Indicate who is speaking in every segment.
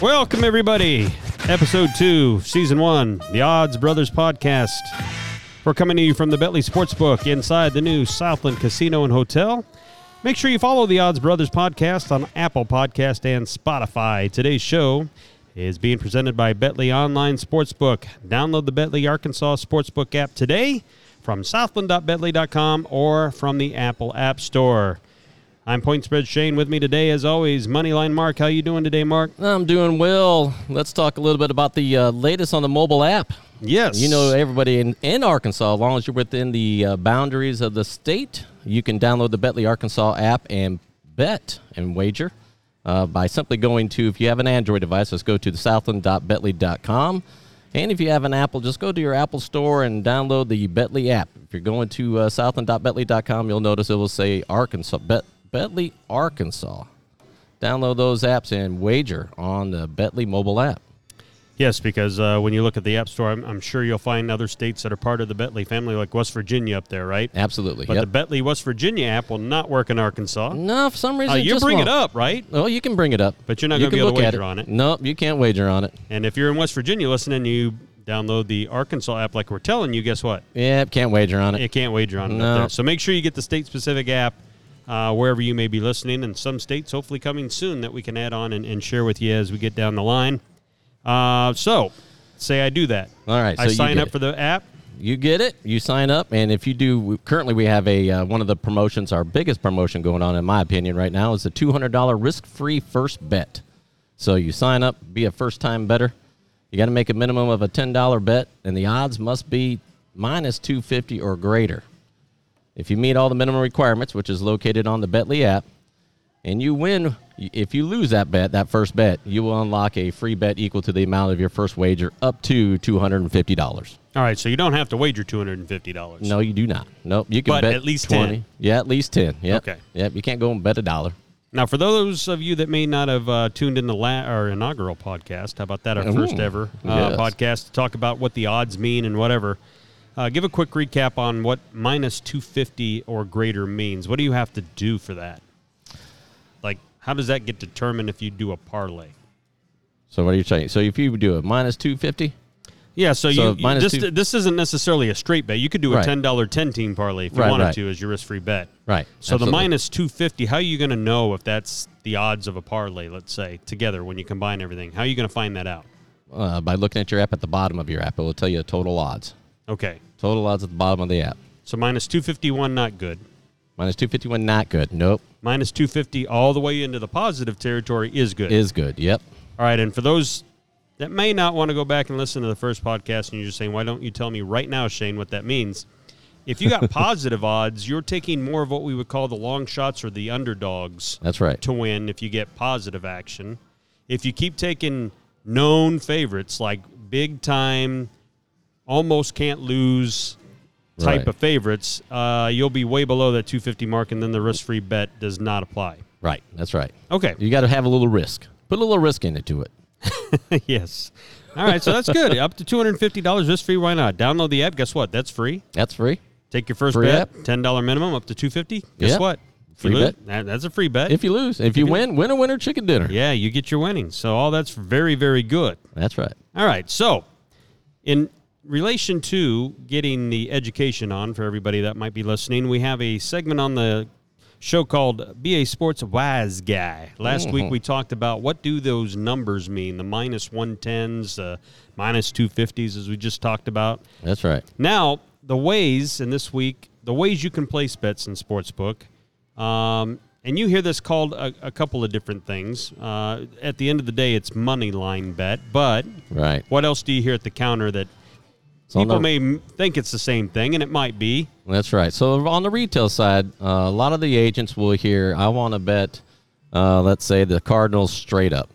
Speaker 1: Welcome, everybody. Episode 2, Season 1, the Odds Brothers Podcast. We're coming to you from the Bentley Sportsbook inside the new Southland Casino and Hotel. Make sure you follow the Odds Brothers Podcast on Apple Podcast and Spotify. Today's show is being presented by Bentley Online Sportsbook. Download the Bentley Arkansas Sportsbook app today from southland.bentley.com or from the Apple App Store. I'm Point Spread Shane. With me today, as always, Moneyline Mark. How you doing today, Mark?
Speaker 2: I'm doing well. Let's talk a little bit about the uh, latest on the mobile app.
Speaker 1: Yes.
Speaker 2: You know, eh, everybody in, in Arkansas, as long as you're within the uh, boundaries of the state, you can download the Betley Arkansas app and bet and wager uh, by simply going to, if you have an Android device, let's go to the southland.betley.com. And if you have an Apple, just go to your Apple store and download the Betley app. If you're going to uh, southland.betley.com, you'll notice it will say Arkansas, bet, Betley, Arkansas. Download those apps and wager on the Betley mobile app.
Speaker 1: Yes, because uh, when you look at the App Store, I'm, I'm sure you'll find other states that are part of the Bentley family, like West Virginia up there, right?
Speaker 2: Absolutely.
Speaker 1: But
Speaker 2: yep.
Speaker 1: the Bentley West Virginia app will not work in Arkansas.
Speaker 2: No, for some reason
Speaker 1: Uh,
Speaker 2: it
Speaker 1: you
Speaker 2: just
Speaker 1: bring
Speaker 2: won't.
Speaker 1: it up, right?
Speaker 2: Well, you can bring it up,
Speaker 1: But you're not gonna
Speaker 2: You
Speaker 1: be
Speaker 2: can
Speaker 1: able to
Speaker 2: look at
Speaker 1: wager on it.
Speaker 2: Nope, you can't wager on it.
Speaker 1: And if you're in West Virginia listening, you download the Arkansas app, like we're telling you. Guess what?
Speaker 2: Yeah, can't wager on it.
Speaker 1: You can't wager on it. up
Speaker 2: No.
Speaker 1: there. So make sure you get the state-specific app uh, wherever you may be listening, and some states hopefully coming soon that we can add on and, and share with you as we get down the line. Uh, so say I do that.
Speaker 2: All right,
Speaker 1: I
Speaker 2: so you
Speaker 1: sign
Speaker 2: did
Speaker 1: up
Speaker 2: it.
Speaker 1: for the app.
Speaker 2: You get it. You sign up, and if you do, we- currently we have a uh, one of the promotions. Our biggest promotion going on, in my opinion, right now is the two hundred dollar risk free first bet. So you sign up, be a first time better. You got to make a minimum of a ten dollar bet, and the odds must be minus two fifty or greater. If you meet all the minimum requirements, which is located on the Betley app, and you win, if you lose that bet, that first bet, you will unlock a free bet equal to the amount of your first wager up to two hundred and fifty dollars.
Speaker 1: All right, so you don't have to wager two hundred and fifty dollars.
Speaker 2: No, you do not. Nope. You can
Speaker 1: But
Speaker 2: bet
Speaker 1: at least 10.
Speaker 2: Yeah, at least ten. Yep.
Speaker 1: Okay.
Speaker 2: Yep. You can't go and bet a dollar.
Speaker 1: Now, for those of you that may not have uh, tuned in the la- our inaugural podcast, how about that? Our
Speaker 2: Ooh,
Speaker 1: first ever uh,
Speaker 2: yes.
Speaker 1: podcast to talk about what the odds mean and whatever. Uh, give a quick recap on what minus 250 or greater means. What do you have to do for that? Like, how does that get determined if you do a parlay?
Speaker 2: So what are you saying? So if you do a minus two fifty,
Speaker 1: Yeah, so,
Speaker 2: So
Speaker 1: you, you
Speaker 2: minus
Speaker 1: this,
Speaker 2: two-
Speaker 1: this isn't necessarily a straight bet. You could do a
Speaker 2: Right.
Speaker 1: $10 10 team parlay if you
Speaker 2: Right,
Speaker 1: wanted
Speaker 2: right.
Speaker 1: to as your risk free bet.
Speaker 2: right?
Speaker 1: So the
Speaker 2: absolutely.
Speaker 1: minus 250, how are you going to know if that's the odds of a parlay, let's say, together when you combine everything? How are you going to find that out?
Speaker 2: uh, by looking at your app at the bottom of your app, it will tell you the total odds.
Speaker 1: Okay.
Speaker 2: Total odds at the bottom of the app.
Speaker 1: So minus 251, not good.
Speaker 2: Minus two fifty one, not good. Nope.
Speaker 1: Minus 250 all the way into the positive territory is good.
Speaker 2: Is good. Yep.
Speaker 1: all right. And for those that may not want to go back and listen to the first podcast and you're just saying, why don't you tell me right now, Shane, what that means? If you got positive odds, you're taking more of what we would call the long shots or the underdogs.
Speaker 2: That's right.
Speaker 1: to win if you get positive action. If you keep taking known favorites like big time, almost can't lose type
Speaker 2: Right.
Speaker 1: of favorites, uh, you'll be way below that 250 mark, and then the risk free bet does not apply.
Speaker 2: Right. That's right.
Speaker 1: Okay.
Speaker 2: You got to have a little risk. Put a little risk into it.
Speaker 1: yes. All right. So that's good. Up to $250 risk free. Why not? Download the app. Guess what? That's free.
Speaker 2: That's free.
Speaker 1: Take your first
Speaker 2: Free
Speaker 1: bet,
Speaker 2: app.
Speaker 1: $10 minimum up to 250 Guess
Speaker 2: Yep.
Speaker 1: what? If you
Speaker 2: Free
Speaker 1: lose-
Speaker 2: bet.
Speaker 1: that- that's a free bet.
Speaker 2: If you lose, if you win, win a winner chicken dinner.
Speaker 1: yeah, you get your winnings. So all that's very, very good.
Speaker 2: That's right.
Speaker 1: All right. So, in relation to getting the education on for everybody that might be listening, we have a segment on the show called BA Sports Wise Guy. Last week we talked about what do those numbers mean, the minus 110s, uh, minus 250s as we just talked about.
Speaker 2: That's right.
Speaker 1: Now, the ways, and this week, the ways you can place bets in Sportsbook. Um, and you hear this called a, a couple of different things. Uh, at the end of the day, it's money line bet, but
Speaker 2: Right.
Speaker 1: what else do you hear at the counter that
Speaker 2: So on
Speaker 1: people
Speaker 2: the-
Speaker 1: may m- think it's the same thing, and it might be?
Speaker 2: That's right. So on the retail side, uh, a lot of the agents will hear, "I want to bet, uh, let's say the Cardinals straight up."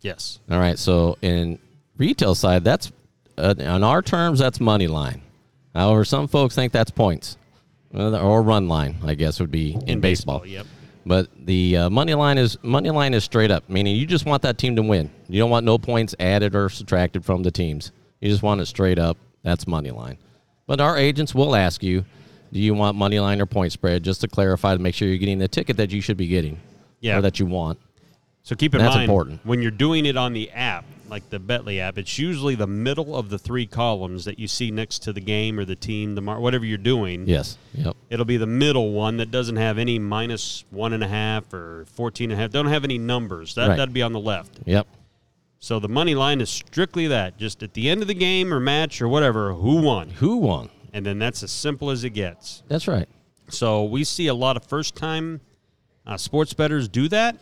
Speaker 1: Yes.
Speaker 2: All right. So in retail side, that's uh, on our terms, that's money line. However, some folks think that's points Uh, or run line. I guess would be in, baseball.
Speaker 1: baseball, yep.
Speaker 2: But the uh, money line is money line is straight up, meaning you just want that team to win. You don't want no points added or subtracted from the teams. You just want it straight up. That's money line. But our agents will ask you, do you want money line or point spread? Just to clarify to make sure you're getting the ticket that you should be getting,
Speaker 1: Yeah.
Speaker 2: or that you want.
Speaker 1: So keep in
Speaker 2: That's
Speaker 1: mind
Speaker 2: important.
Speaker 1: when you're doing it on the app, like the Betley app, it's usually the middle of the three columns that you see next to the game or the team, the mar- whatever you're doing.
Speaker 2: Yes. Yep.
Speaker 1: It'll be the middle one that doesn't have any minus one and a half or 14 and a half. Don't have any numbers. That,
Speaker 2: Right.
Speaker 1: That'd be on the left.
Speaker 2: Yep.
Speaker 1: So the money line is strictly that. Just at the end of the game or match or whatever, who won?
Speaker 2: Who won?
Speaker 1: And then that's as simple as it gets.
Speaker 2: That's right.
Speaker 1: So we see a lot of first time uh, sports bettors do that.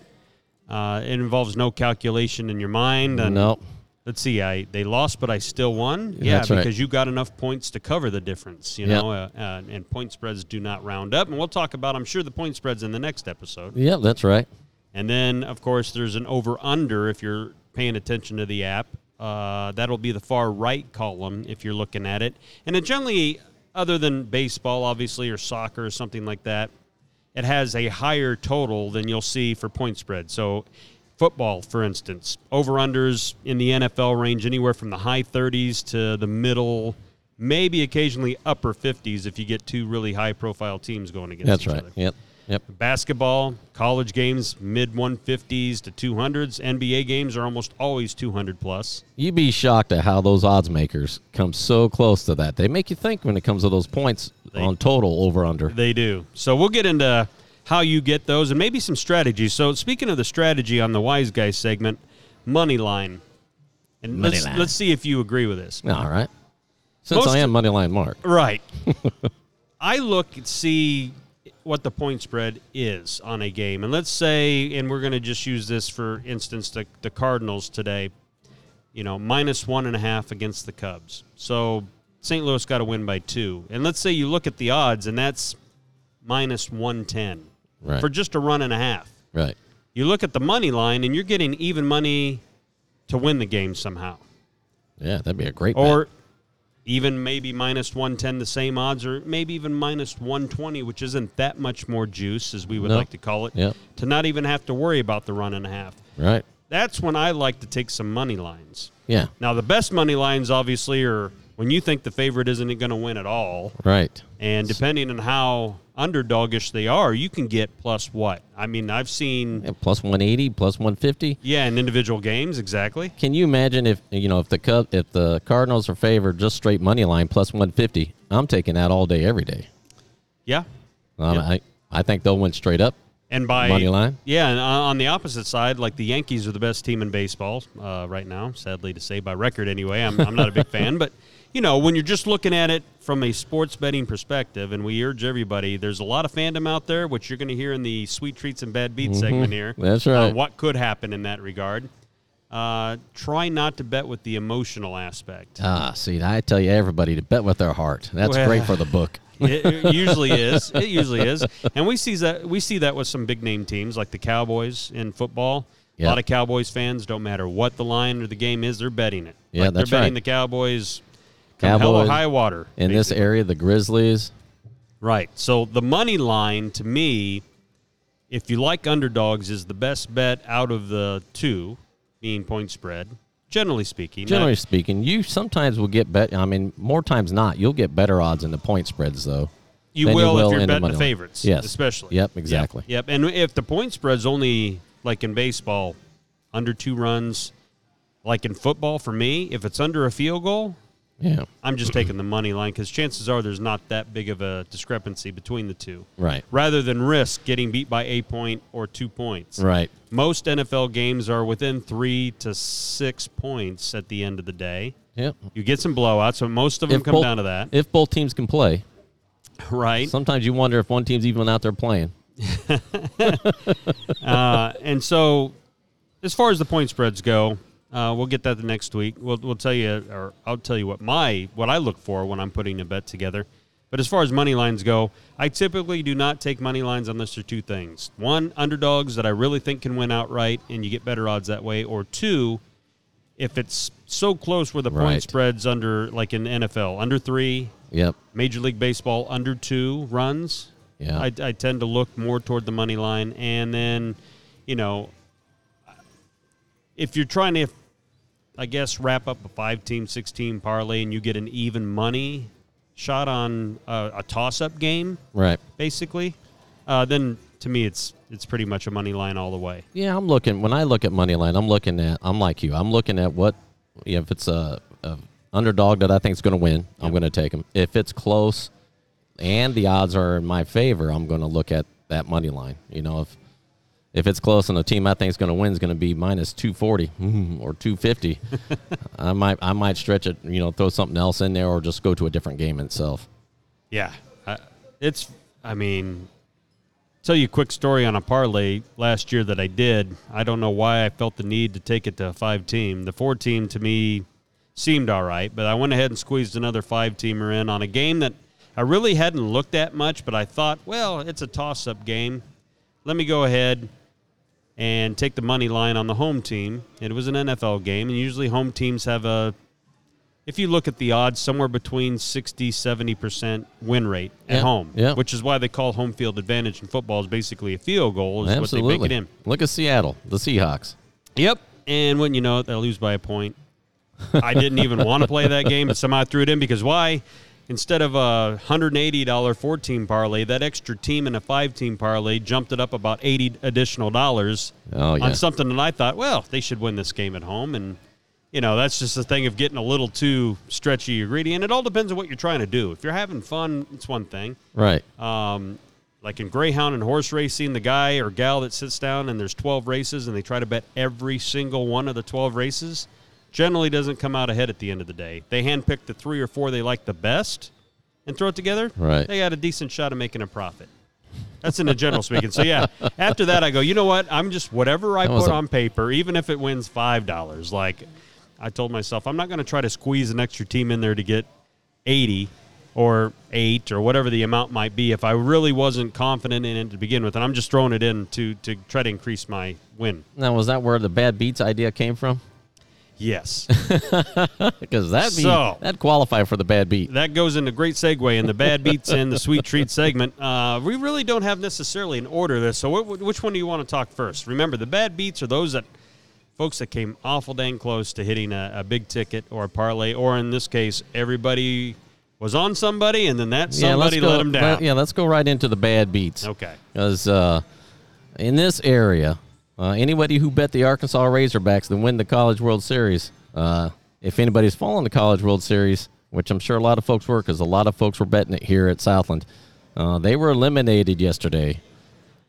Speaker 1: Uh, it involves no calculation in your mind. And
Speaker 2: No.
Speaker 1: Let's see. I they lost, but I still won. Yeah,
Speaker 2: That's right.
Speaker 1: because you got enough points to cover the difference. You
Speaker 2: Yeah.
Speaker 1: know, uh, uh, and point spreads do not round up. And we'll talk about, I'm sure, the point spreads in the next episode.
Speaker 2: Yep. That's right.
Speaker 1: And then, of course, there's an over under if you're paying attention to the app. Uh, that'll be the far right column if you're looking at it. And it generally, other than baseball, obviously, or soccer or something like that, it has a higher total than you'll see for point spread. So, football, for instance, over unders in the NFL range anywhere from the high 30s to the middle. Maybe occasionally upper 50s if you get two really high profile teams going against
Speaker 2: That's
Speaker 1: each
Speaker 2: right.
Speaker 1: other
Speaker 2: Yep. Yep.
Speaker 1: basketball, college games, mid 150s to 200s. NBA games are almost always 200 plus.
Speaker 2: You'd be shocked at how those odds makers come so close to that. They make you think when it comes to those points on total over under.
Speaker 1: They do. So we'll get into how you get those and maybe some strategies. So speaking of the strategy on the Wise Guy segment, money line. And
Speaker 2: Money
Speaker 1: let's,
Speaker 2: line.
Speaker 1: let's see if you agree with this.
Speaker 2: All right. Since
Speaker 1: Most-
Speaker 2: I am money line Mark.
Speaker 1: Right. I look and see what the point spread is on a game. And let's say, and we're going to just use this for instance, the, the Cardinals today, you know, minus one and a half against the Cubs. So St. Louis got to win by two. And let's say you look at the odds, and that's minus 110
Speaker 2: Right.
Speaker 1: for just a run and a half.
Speaker 2: Right.
Speaker 1: You look at the money line, and you're getting even money to win the game somehow
Speaker 2: Yeah, that'd be a great bet.
Speaker 1: or even maybe minus 110 the same odds or maybe even minus 120 which isn't that much more juice as we would
Speaker 2: No.
Speaker 1: like to call it
Speaker 2: Yep.
Speaker 1: to not even have to worry about the run and a half
Speaker 2: Right.
Speaker 1: that's when i like to take some money lines
Speaker 2: Yeah.
Speaker 1: now the best money lines obviously are when you think the favorite isn't going to win at all
Speaker 2: Right.
Speaker 1: and depending on how underdogish they are you can get plus what i mean i've seen
Speaker 2: Yeah, plus 180, plus 150.
Speaker 1: yeah in individual games exactly
Speaker 2: Can you imagine if, you know, if the Cub, if the Cardinals are favored just straight money line plus 150, I'm taking that all day every day.
Speaker 1: yeah
Speaker 2: Um,
Speaker 1: Yeah.
Speaker 2: I I think they'll win straight up.
Speaker 1: And by
Speaker 2: Money line?
Speaker 1: yeah. And on on the opposite side, like the Yankees are the best team in baseball uh, right now, sadly to say, by record anyway. I'm, I'm not a big fan, but you know, when you're just looking at it from a sports betting perspective, and we urge everybody, there's a lot of fandom out there, which you're going to hear in the sweet treats and bad beats segment here.
Speaker 2: Mm-hmm. That's right.
Speaker 1: Uh, what could happen in that regard? Uh, try not to bet with the emotional aspect.
Speaker 2: Ah, see, I tell you everybody to bet with their heart. That's
Speaker 1: Well-
Speaker 2: great for the book.
Speaker 1: It, it usually is. It usually is. And we see that we see that with some big name teams like the Cowboys in football. A
Speaker 2: Yeah.
Speaker 1: lot of Cowboys fans don't matter what the line or the game is, they're betting it.
Speaker 2: Yeah,
Speaker 1: like
Speaker 2: that's
Speaker 1: they're betting
Speaker 2: right.
Speaker 1: the Cowboys come hell or
Speaker 2: Cowboys
Speaker 1: high water.
Speaker 2: In this
Speaker 1: basically.
Speaker 2: area, the Grizzlies.
Speaker 1: Right. So the money line to me, if you like underdogs, is the best bet out of the two, being point spread, generally speaking. Not-
Speaker 2: Generally speaking, you sometimes will get bet. I mean, more times not, you'll get better odds in the point spreads, though.
Speaker 1: You
Speaker 2: than
Speaker 1: will, if
Speaker 2: in
Speaker 1: you're betting
Speaker 2: money
Speaker 1: the
Speaker 2: line.
Speaker 1: favorites.
Speaker 2: Yes,
Speaker 1: Especially.
Speaker 2: Yep, exactly.
Speaker 1: Yep. And if the point spread's only like in baseball, under two runs, like in football for me, if it's under a field goal,
Speaker 2: Yeah,
Speaker 1: I'm just taking the money line because chances are there's not that big of a discrepancy between the two.
Speaker 2: right,
Speaker 1: Rather than risk getting beat by a point or two points.
Speaker 2: right.
Speaker 1: Most NFL games are within three to six points at the end of the day.
Speaker 2: Yep.
Speaker 1: You get some blowouts, so most of them come
Speaker 2: both-
Speaker 1: down to that,
Speaker 2: If both teams can play,
Speaker 1: right?
Speaker 2: sometimes you wonder if one team's even out there playing.
Speaker 1: Uh, and so, as far as the point spreads go, uh, we'll get that the next week. We'll, we'll tell you, or I'll tell you what my what I look for when I'm putting a bet together. But as far as money lines go, I typically do not take money lines unless there are two things: one, underdogs that I really think can win outright, and you get better odds that way, or two, if it's so close where the
Speaker 2: Right.
Speaker 1: point spreads under, like in NFL, under three,
Speaker 2: Yep.
Speaker 1: Major League Baseball under two runs.
Speaker 2: Yeah.
Speaker 1: I, I tend to look more toward the money line, and then, you know, if you're trying to, I guess, wrap up a five-team, six-team parlay, and you get an even money, shot on a, a toss-up game,
Speaker 2: Right.
Speaker 1: basically, uh, then to me it's it's pretty much a money line all the way.
Speaker 2: Yeah, I'm looking. When I look at money line, I'm looking at. I'm like you. I'm looking at what if it's a, a underdog that I think is going to win. I'm going to take him. If it's close, and the odds are in my favor, I'm going to look at that money line. You know, if if it's close and the team I think is going to win is going to be minus 240 mm, or 250, I might I might stretch it. You know, throw something else in there or just go to a different game itself.
Speaker 1: Yeah, I, it's. I mean, tell you a quick story on a parlay last year that I did. I don't know why I felt the need to take it to a five team. The four team to me seemed all right, but I went ahead and squeezed another five teamer in on a game that I really hadn't looked at much. But I thought, well, it's a toss up game. Let me go ahead and take the money line on the home team. It was an NFL game, and usually home teams have a if you look at the odds, somewhere between 60, 70% win rate at
Speaker 2: Yeah,
Speaker 1: home,
Speaker 2: yeah.
Speaker 1: which is why they call home field advantage in football is basically a field goal is
Speaker 2: Absolutely.
Speaker 1: what they make it
Speaker 2: Look at Seattle, the Seahawks.
Speaker 1: in. Yep. And when you know it, they lose by a point. I didn't even want to play that game, but somehow I threw it in because why? Instead of a $180 four team parlay, that extra team and a five team parlay jumped it up about 80 additional dollars
Speaker 2: Oh yeah.
Speaker 1: on something that I thought, well, they should win this game at home. And, you know, that's just the thing of getting a little too stretchy or greedy. And it all depends on what you're trying to do. If you're having fun, it's one thing.
Speaker 2: right.
Speaker 1: Um, like in Greyhound and horse racing, the guy or gal that sits down and there's 12 races and they try to bet every single one of the 12 races generally doesn't come out ahead at the end of the day. They handpick the three or four they like the best and throw it together.
Speaker 2: Right.
Speaker 1: They got a decent shot of making a profit. That's in the general speaking. So yeah, after that I go, you know what? I'm just whatever I
Speaker 2: That was
Speaker 1: put
Speaker 2: a-
Speaker 1: on paper, even if it wins five dollars. Like I told myself, I'm not going to try to squeeze an extra team in there to get eighty or eight or whatever the amount might be. If I really wasn't confident in it to begin with, and I'm just throwing it in to to try to increase my win.
Speaker 2: Now, was that where the bad beats idea came from?
Speaker 1: Yes,
Speaker 2: Because that be
Speaker 1: So-
Speaker 2: that qualify for the bad beat.
Speaker 1: that goes into great segue in the bad beats and the sweet treat segment. Uh, we really don't have necessarily an order there. So, wh- wh- which one do you want to talk first? Remember, the bad beats are those that folks that came awful dang close to hitting a, a big ticket or a parlay, or in this case, everybody was on somebody, and then that somebody
Speaker 2: go,
Speaker 1: let them down.
Speaker 2: yeah, let's go right into the bad beats.
Speaker 1: Okay.
Speaker 2: Because uh, in this area, uh, anybody who bet the Arkansas Razorbacks to win the College World Series, uh, if anybody's following the College World Series, which I'm sure a lot of folks were, because a lot of folks were betting it here at Southland, uh, they were eliminated yesterday.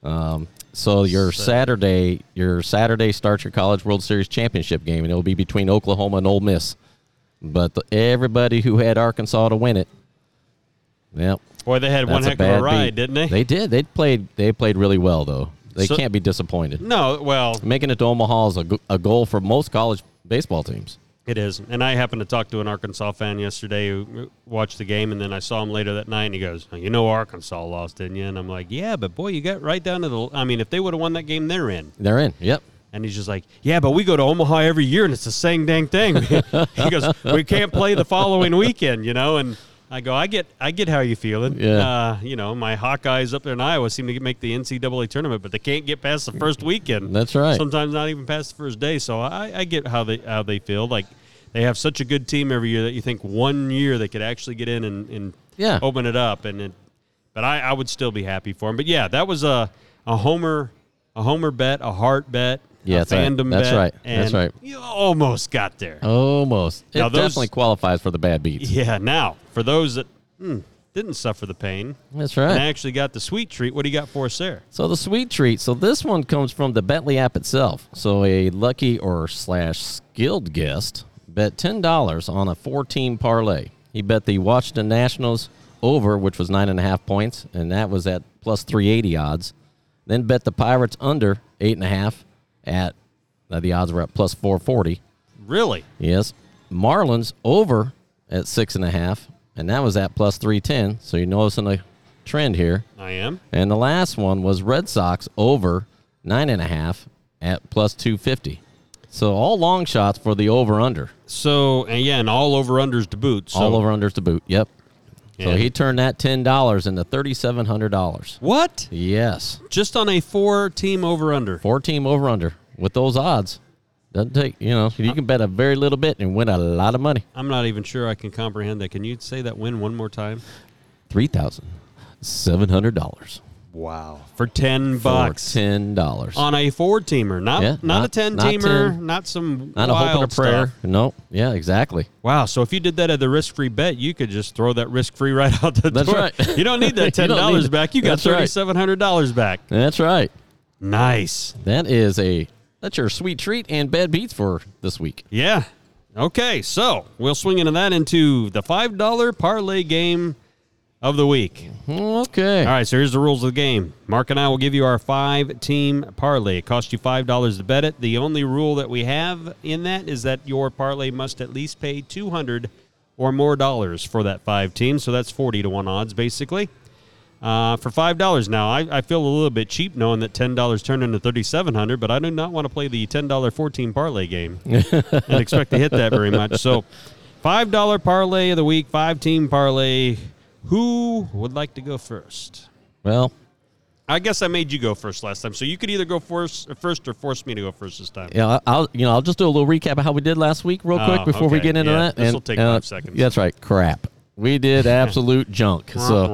Speaker 2: Um, so your Saturday, your Saturday starts your College World Series championship game, and it'll be between Oklahoma and Ole Miss. But the, everybody who had Arkansas to win it, yep,
Speaker 1: Boy, they had one
Speaker 2: that's a
Speaker 1: heck of a
Speaker 2: bad
Speaker 1: ride,
Speaker 2: beat.
Speaker 1: didn't they?
Speaker 2: They did. They played. They played really well, though. They
Speaker 1: So-
Speaker 2: can't be disappointed.
Speaker 1: No, well,
Speaker 2: Making it to Omaha is a, go- a goal for most college baseball teams.
Speaker 1: It is. And I happened to talk to an Arkansas fan yesterday who watched the game, and then I saw him later that night, and he goes, You know, Arkansas lost, didn't you? And I'm like, Yeah, but boy, you got right down to the. I mean, if they would have won that game, they're in.
Speaker 2: They're in. Yep.
Speaker 1: And he's just like, Yeah, but we go to Omaha every year, and it's the same dang thing. he goes, We can't play the following weekend, you know? And I go, I get I get how you feeling.
Speaker 2: Yeah.
Speaker 1: Uh, you know, my Hawkeyes up there in Iowa seem to make the NCAA tournament, but they can't get past the first weekend.
Speaker 2: That's right.
Speaker 1: Sometimes not even past the first day. So I, I get how they how they feel. Like they have such a good team every year that you think one year they could actually get in and, and
Speaker 2: Yeah.
Speaker 1: open it up. And it, but I, I would still be happy for them. But yeah, that was a a homer a homer bet, a heart bet,
Speaker 2: Yeah,
Speaker 1: a
Speaker 2: that's right.
Speaker 1: fandom
Speaker 2: That's
Speaker 1: bet.
Speaker 2: right.
Speaker 1: and
Speaker 2: That's right. Oh.
Speaker 1: You almost got there.
Speaker 2: Almost. It
Speaker 1: Now those-
Speaker 2: definitely qualifies for the bad beats.
Speaker 1: Yeah. Now for those that hmm, didn't suffer the pain
Speaker 2: That's
Speaker 1: and
Speaker 2: right.
Speaker 1: actually got the sweet treat, what do you got for us there?
Speaker 2: So the sweet treat. So this one comes from the Bentley app itself. So a lucky or slash skilled guest bet ten dollars on a four-team parlay. He bet the Washington Nationals over, which was nine and a half points, and that was at plus three eighty odds. Then bet the Pirates under eight and a half at now the odds were at plus four forty.
Speaker 1: Really?
Speaker 2: Yes. Marlins over at six and a half, and that was at plus three ten. So you're noticing a trend here.
Speaker 1: I am.
Speaker 2: And the last one was Red Sox over nine and a half at plus two fifty. So all long shots for the over under.
Speaker 1: So and yeah, and all over unders to boot. So
Speaker 2: all over unders to boot. Yep. So
Speaker 1: Yeah.
Speaker 2: he turned that ten dollars into thirty seven hundred dollars.
Speaker 1: What?
Speaker 2: Yes.
Speaker 1: Just on a four team over under.
Speaker 2: Four team over under with those odds. Doesn't take you know you can bet a very little bit and win a lot of money.
Speaker 1: I'm not even sure I can comprehend that. Can you say that win one more time?
Speaker 2: Three thousand seven hundred dollars.
Speaker 1: Wow. For 10 bucks.
Speaker 2: For ten dollars.
Speaker 1: On a four teamer, not
Speaker 2: Yeah,
Speaker 1: not, a
Speaker 2: not-
Speaker 1: ten
Speaker 2: not
Speaker 1: teamer,
Speaker 2: 10.
Speaker 1: not some
Speaker 2: Not a
Speaker 1: wild
Speaker 2: hope and a prayer.
Speaker 1: stuff.
Speaker 2: No. Yeah, exactly.
Speaker 1: Wow! So if you did that at the risk-free bet, you could just throw that risk-free right out the
Speaker 2: That's
Speaker 1: door.
Speaker 2: right.
Speaker 1: You don't need that
Speaker 2: You
Speaker 1: ten
Speaker 2: don't need
Speaker 1: dollars
Speaker 2: it.
Speaker 1: back. You got
Speaker 2: That's right.
Speaker 1: thirty-seven hundred dollars back.
Speaker 2: That's right.
Speaker 1: Nice.
Speaker 2: That is a that's your sweet treat and bad beats for this week.
Speaker 1: Yeah. Okay, so we'll swing into that into the five dollar parlay game of the week.
Speaker 2: Okay.
Speaker 1: All right, so here's the rules of the game. Mark and I will give you our five team parlay. It costs you five dollars to bet it. The only rule that we have in that is that your parlay must at least pay two hundred or more dollars for that five teams. So that's forty to one odds, basically. Uh, for five dollars now, I, I feel a little bit cheap knowing that ten dollars turned into thirty seven hundred. But I do not want to play the ten dollar fourteen parlay game and expect to hit that very much. So, five dollar parlay of the week, five team parlay. Who would like to go first?
Speaker 2: Well,
Speaker 1: I guess I made you go first last time, so you could either go first, first or force me to go first this time.
Speaker 2: yeah, I- I'll you know I'll just do a little recap of how we did last week real quick
Speaker 1: Oh,
Speaker 2: before we
Speaker 1: okay.
Speaker 2: get into
Speaker 1: Yeah,
Speaker 2: that. uh,
Speaker 1: this'll take five seconds.
Speaker 2: That's right. Crap. We did absolute junk. So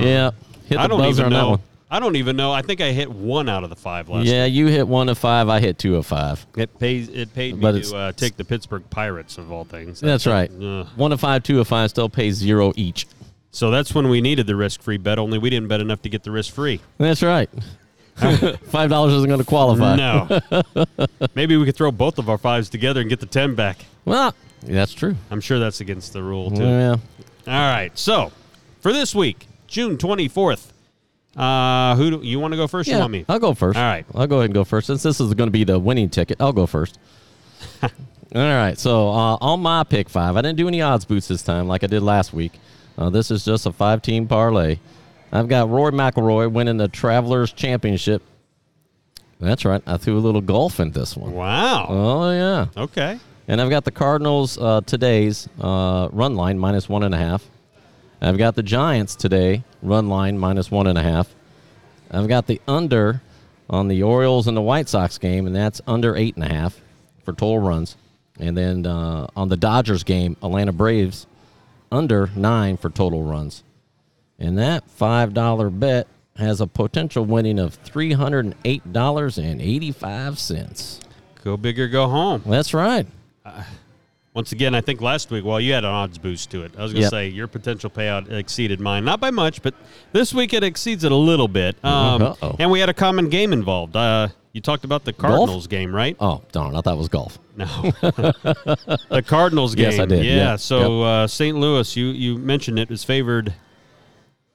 Speaker 2: yeah, hit the
Speaker 1: I don't
Speaker 2: buzzer
Speaker 1: even
Speaker 2: on that
Speaker 1: know.
Speaker 2: one.
Speaker 1: I don't even know. I think I hit one out of the five last.
Speaker 2: Yeah, you hit one of five. I hit two of five.
Speaker 1: It pays. It paid
Speaker 2: But
Speaker 1: me
Speaker 2: it's-
Speaker 1: to uh, take the Pittsburgh Pirates of all things.
Speaker 2: That's right.
Speaker 1: Ugh.
Speaker 2: One of five, two of five still pays zero each.
Speaker 1: So that's when we needed the risk-free bet. Only we didn't bet enough to get the risk-free.
Speaker 2: That's right. Five dollars isn't going to qualify.
Speaker 1: No. Maybe we could throw both of our fives together and get the 10 back.
Speaker 2: Well, that's true.
Speaker 1: I'm sure that's against the rule, too.
Speaker 2: Yeah.
Speaker 1: All right. So for this week, June 24th, uh, who do you want to go first? or You
Speaker 2: Yeah,
Speaker 1: want me?
Speaker 2: I'll go first.
Speaker 1: All right.
Speaker 2: I'll go ahead and go first. Since this is going to be the winning ticket, I'll go first. All right. So uh, on my pick five, I didn't do any odds boots this time like I did last week. Uh, this is just a five team parlay. I've got Roy McElroy winning the Travelers Championship. That's right. I threw a little golf in this one.
Speaker 1: Wow.
Speaker 2: Oh, yeah.
Speaker 1: Okay.
Speaker 2: And I've got the Cardinals uh, today's uh, run line minus one and a half. I've got the Giants today run line minus one and a half. I've got the under on the Orioles and the White Sox game, and that's under eight and a half for total runs. And then uh, on the Dodgers game, Atlanta Braves under nine for total runs. And that five dollar bet has a potential winning of three hundred and eight dollars and eighty five cents.
Speaker 1: Go big or go home.
Speaker 2: That's right.
Speaker 1: Once again, I think last week, well, you had an odds boost to it. I was going to
Speaker 2: Yep.
Speaker 1: say your potential payout exceeded mine, not by much, but this week it exceeds it a little bit. Um,
Speaker 2: Uh-huh. Uh-oh.
Speaker 1: and we had a common game involved. Uh, you talked about the Cardinals game, right?
Speaker 2: Oh darn! I thought it was golf.
Speaker 1: No, the Cardinals game.
Speaker 2: Yes, I did.
Speaker 1: Yeah.
Speaker 2: Yeah.
Speaker 1: So uh, St. Louis, you you mentioned it is favored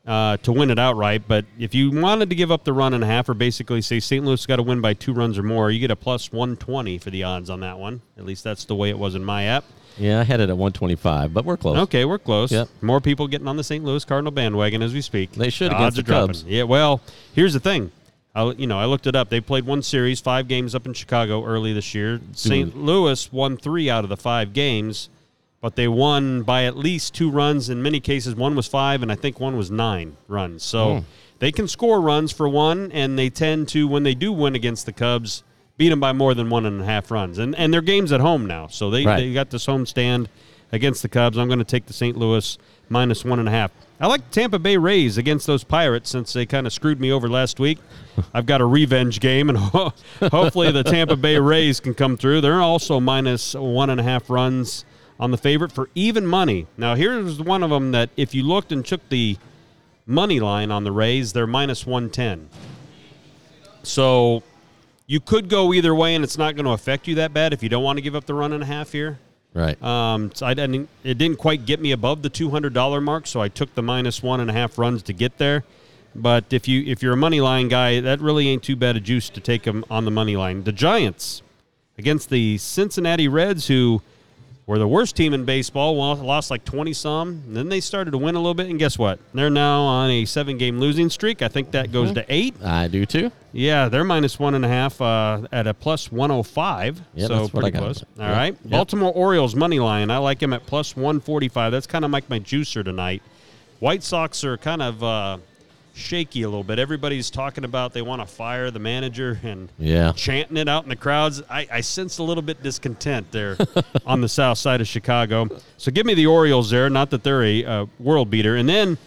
Speaker 1: uh, to win it outright, but if you wanted to give up the run and a half, or basically say St. Louis got to win by two runs or more, you get a plus one twenty for the odds on that one. At least that's the way it was in my app.
Speaker 2: Yeah, I had it at 125, but we're close.
Speaker 1: Okay, we're close.
Speaker 2: Yep.
Speaker 1: More people getting on the St. Louis Cardinal bandwagon as we speak.
Speaker 2: They should
Speaker 1: The
Speaker 2: against
Speaker 1: odds
Speaker 2: the
Speaker 1: are dropping.
Speaker 2: Cubs.
Speaker 1: Yeah. Well, here's the thing. I, you know, I looked it up. They played one series, five games up in Chicago early this year. St. Louis won three out of the five games, but they won by at least two runs. In many cases, one was five, and I think one was nine runs.
Speaker 2: Hmm.
Speaker 1: So they can score runs for one, and they tend to, when they do win against the Cubs, beat them by more than one and a half runs. And and their game's at home now, so they,
Speaker 2: Right.
Speaker 1: they got this home stand against the Cubs. I'm going to take the St. Louis minus one and a half. I like Tampa Bay Rays against those Pirates since they kind of screwed me over last week. I've got a revenge game, and ho- hopefully the Tampa Bay Rays can come through. They're also minus one and a half runs on the favorite for even money. Now, here's one of them that if you looked and took the money line on the Rays, they're minus 110. So you could go either way, and it's not going to affect you that bad if you don't want to give up the run and a half here.
Speaker 2: Right.
Speaker 1: Um, so I didn't. It didn't quite get me above the two hundred dollar mark, so I took the minus one and a half runs to get there. But if you if you're a money line guy, that really ain't too bad a juice to take them on the money line. The Giants against the Cincinnati Reds, who were the worst team in baseball, wa- lost like twenty some. and Then they started to win a little bit, and guess what? They're now on a seven game losing streak. I think that goes to eight.
Speaker 2: I do too.
Speaker 1: Yeah, they're minus one and a half uh, at a plus 105.
Speaker 2: Yeah,
Speaker 1: so
Speaker 2: that's what
Speaker 1: pretty
Speaker 2: I got.
Speaker 1: close. All right,
Speaker 2: Yeah, yeah.
Speaker 1: Baltimore Orioles money line. I like him at plus 145. That's kind of like my juicer tonight. White Sox are kind of uh, shaky a little bit. Everybody's talking about they want to fire the manager and
Speaker 2: Yeah.
Speaker 1: chanting it out in the crowds. I, I sense a little bit discontent there on the south side of Chicago. So give me the Orioles there. Not that they're a uh, world beater. And then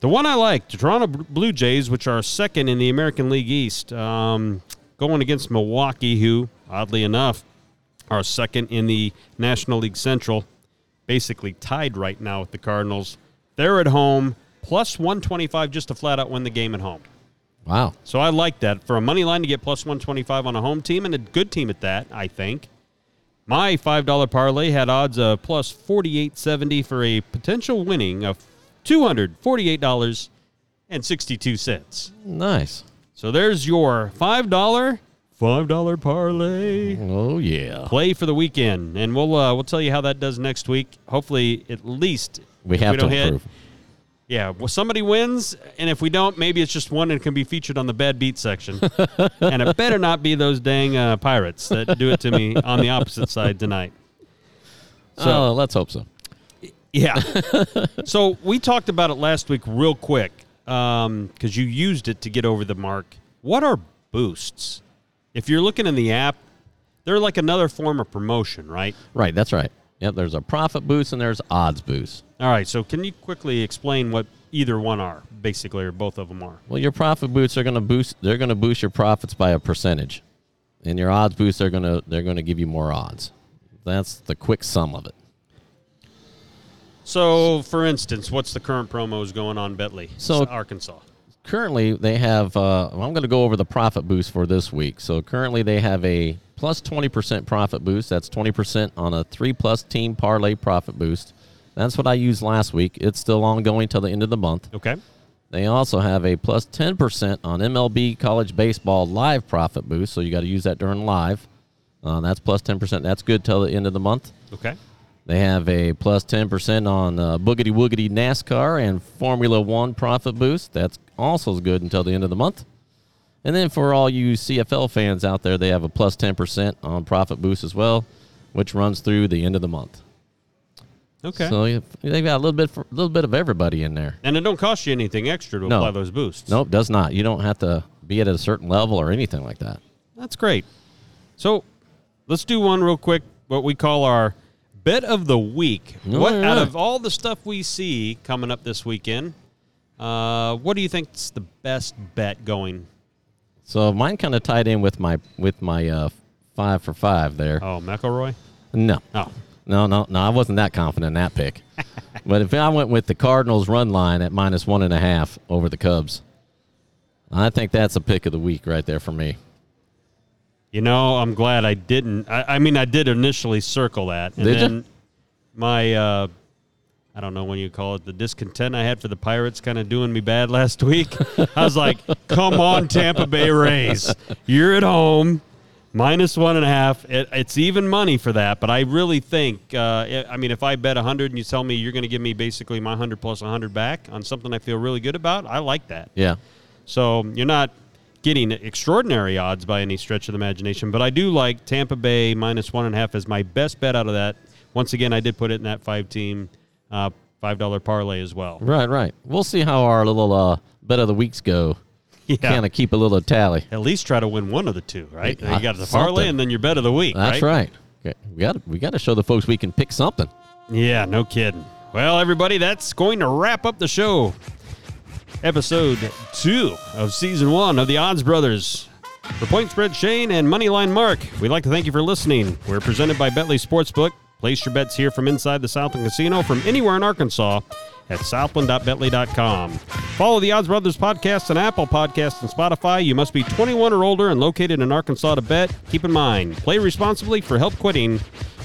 Speaker 1: the one I like, the Toronto Bl- Blue Jays, which are second in the American League East, um, going against Milwaukee, who, oddly enough, are second in the National League Central, basically tied right now with the Cardinals. They're at home, plus 125 just to flat out win the game at home.
Speaker 2: Wow.
Speaker 1: So I like that for a money line to get plus 125 on a home team and a good team at that, I think. My $5 parlay had odds of plus 4870 for a potential winning of $248.62.
Speaker 2: Nice.
Speaker 1: So there's your $5 $5 parlay
Speaker 2: Oh yeah.
Speaker 1: play for the weekend and we'll uh, we'll tell you how that does next week. Hopefully at least
Speaker 2: We
Speaker 1: if
Speaker 2: have
Speaker 1: don't
Speaker 2: to
Speaker 1: hit-
Speaker 2: improve.
Speaker 1: yeah, well, somebody wins, and if we don't, maybe it's just one and can be featured on the bad beat section. and it better not be those dang uh, pirates that do it to me on the opposite side tonight. Uh,
Speaker 2: So let's hope so.
Speaker 1: Yeah. so we talked about it last week, real quick, because you used it to get over the mark. What are boosts? If you're looking in the app, they're like another form of promotion, right?
Speaker 2: Right. That's right. Yep. There's a profit boost and there's odds boost.
Speaker 1: All right. So can you quickly explain what either one are, basically, or both of them are?
Speaker 2: Well, your profit boosts are going to boost. They're going to boost your profits by a percentage, and your odds boosts are going to they're going to give you more odds. That's the quick sum of it.
Speaker 1: So, for instance, what's the current promos going on Bentley,
Speaker 2: So-
Speaker 1: Arkansas?
Speaker 2: Currently, they have. Uh, I'm going to go over the profit boost for this week. So currently, they have a plus 20% profit boost. That's 20% on a three plus team parlay profit boost. That's what I used last week. It's still ongoing till the end of the month.
Speaker 1: Okay.
Speaker 2: They also have a plus 10% on MLB College Baseball live profit boost. So you got to use that during live. Uh, that's plus 10%. That's good till the end of the month.
Speaker 1: Okay.
Speaker 2: They have a plus 10% on uh, Boogity Woogity NASCAR and Formula One profit boost. That's also good until the end of the month. And then for all you CFL fans out there, they have a plus 10% on profit boost as well, which runs through the end of the month.
Speaker 1: Okay.
Speaker 2: So you- they've got a little bit, for, a little bit of everybody in there.
Speaker 1: and it don't cost you anything extra to
Speaker 2: No.
Speaker 1: apply those boosts.
Speaker 2: Nope, does not. You don't have to be at a certain level or anything like that.
Speaker 1: That's great. So, let's do one real quick. What we call our bet of the week.
Speaker 2: All
Speaker 1: what out
Speaker 2: right.
Speaker 1: of all the stuff we see coming up this weekend, uh, what do you think's the best bet going?
Speaker 2: So mine kind of tied in with my with my uh, five for five there.
Speaker 1: Oh, McElroy.
Speaker 2: No,
Speaker 1: Oh,
Speaker 2: no, no, no. I wasn't that confident in that pick. but if I went with the Cardinals run line at minus one and a half over the Cubs, I think that's a pick of the week right there for me.
Speaker 1: You know, I'm glad I didn't. I, I mean, I did initially circle that, and
Speaker 2: Did ya?
Speaker 1: then my uh, I don't know when you call it the discontent I had for the Pirates kind of doing me bad last week. I was like, "Come on, Tampa Bay Rays, you're at home, minus one and a half. It, it's even money for that." But I really think, uh, I- I mean, if I bet hundred and you tell me you're going to give me basically my hundred plus hundred back on something I feel really good about, I like that.
Speaker 2: Yeah,
Speaker 1: So you're not getting extraordinary odds by any stretch of the imagination, but I do like Tampa Bay minus one and a half as my best bet out of that. Once again, I did put it in that five team, uh, five dollar parlay as well.
Speaker 2: right, right. We'll see how our little uh, bet of the weeks go.
Speaker 1: Yeah.
Speaker 2: Kind of keep a little tally.
Speaker 1: At least try to win one of the two, right?
Speaker 2: Yeah,
Speaker 1: you got the
Speaker 2: something.
Speaker 1: parlay and then your bet of the week.
Speaker 2: That's
Speaker 1: right.
Speaker 2: right. Okay. We got we got to show the folks we can pick something.
Speaker 1: Yeah, no kidding. Well, everybody, that's going to wrap up the show. Episode two of season one of the Odds Brothers. For Point Spread Shane and Moneyline Mark, we'd like to thank you for listening. We're presented by Bentley Sportsbook. Place your bets here from inside the Southland Casino from anywhere in Arkansas at southland.bentley.com. Follow the Odds Brothers podcast on Apple Podcasts and Spotify. You must be 21 or older and located in Arkansas to bet. Keep in mind, play responsibly for help quitting.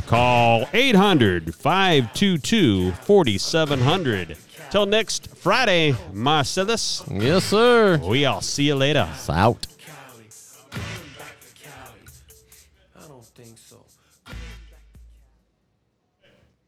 Speaker 1: Call 800 522 4700. Till next Friday, Marcellus,
Speaker 2: Yes, sir.
Speaker 1: we all see you later.
Speaker 2: It's out.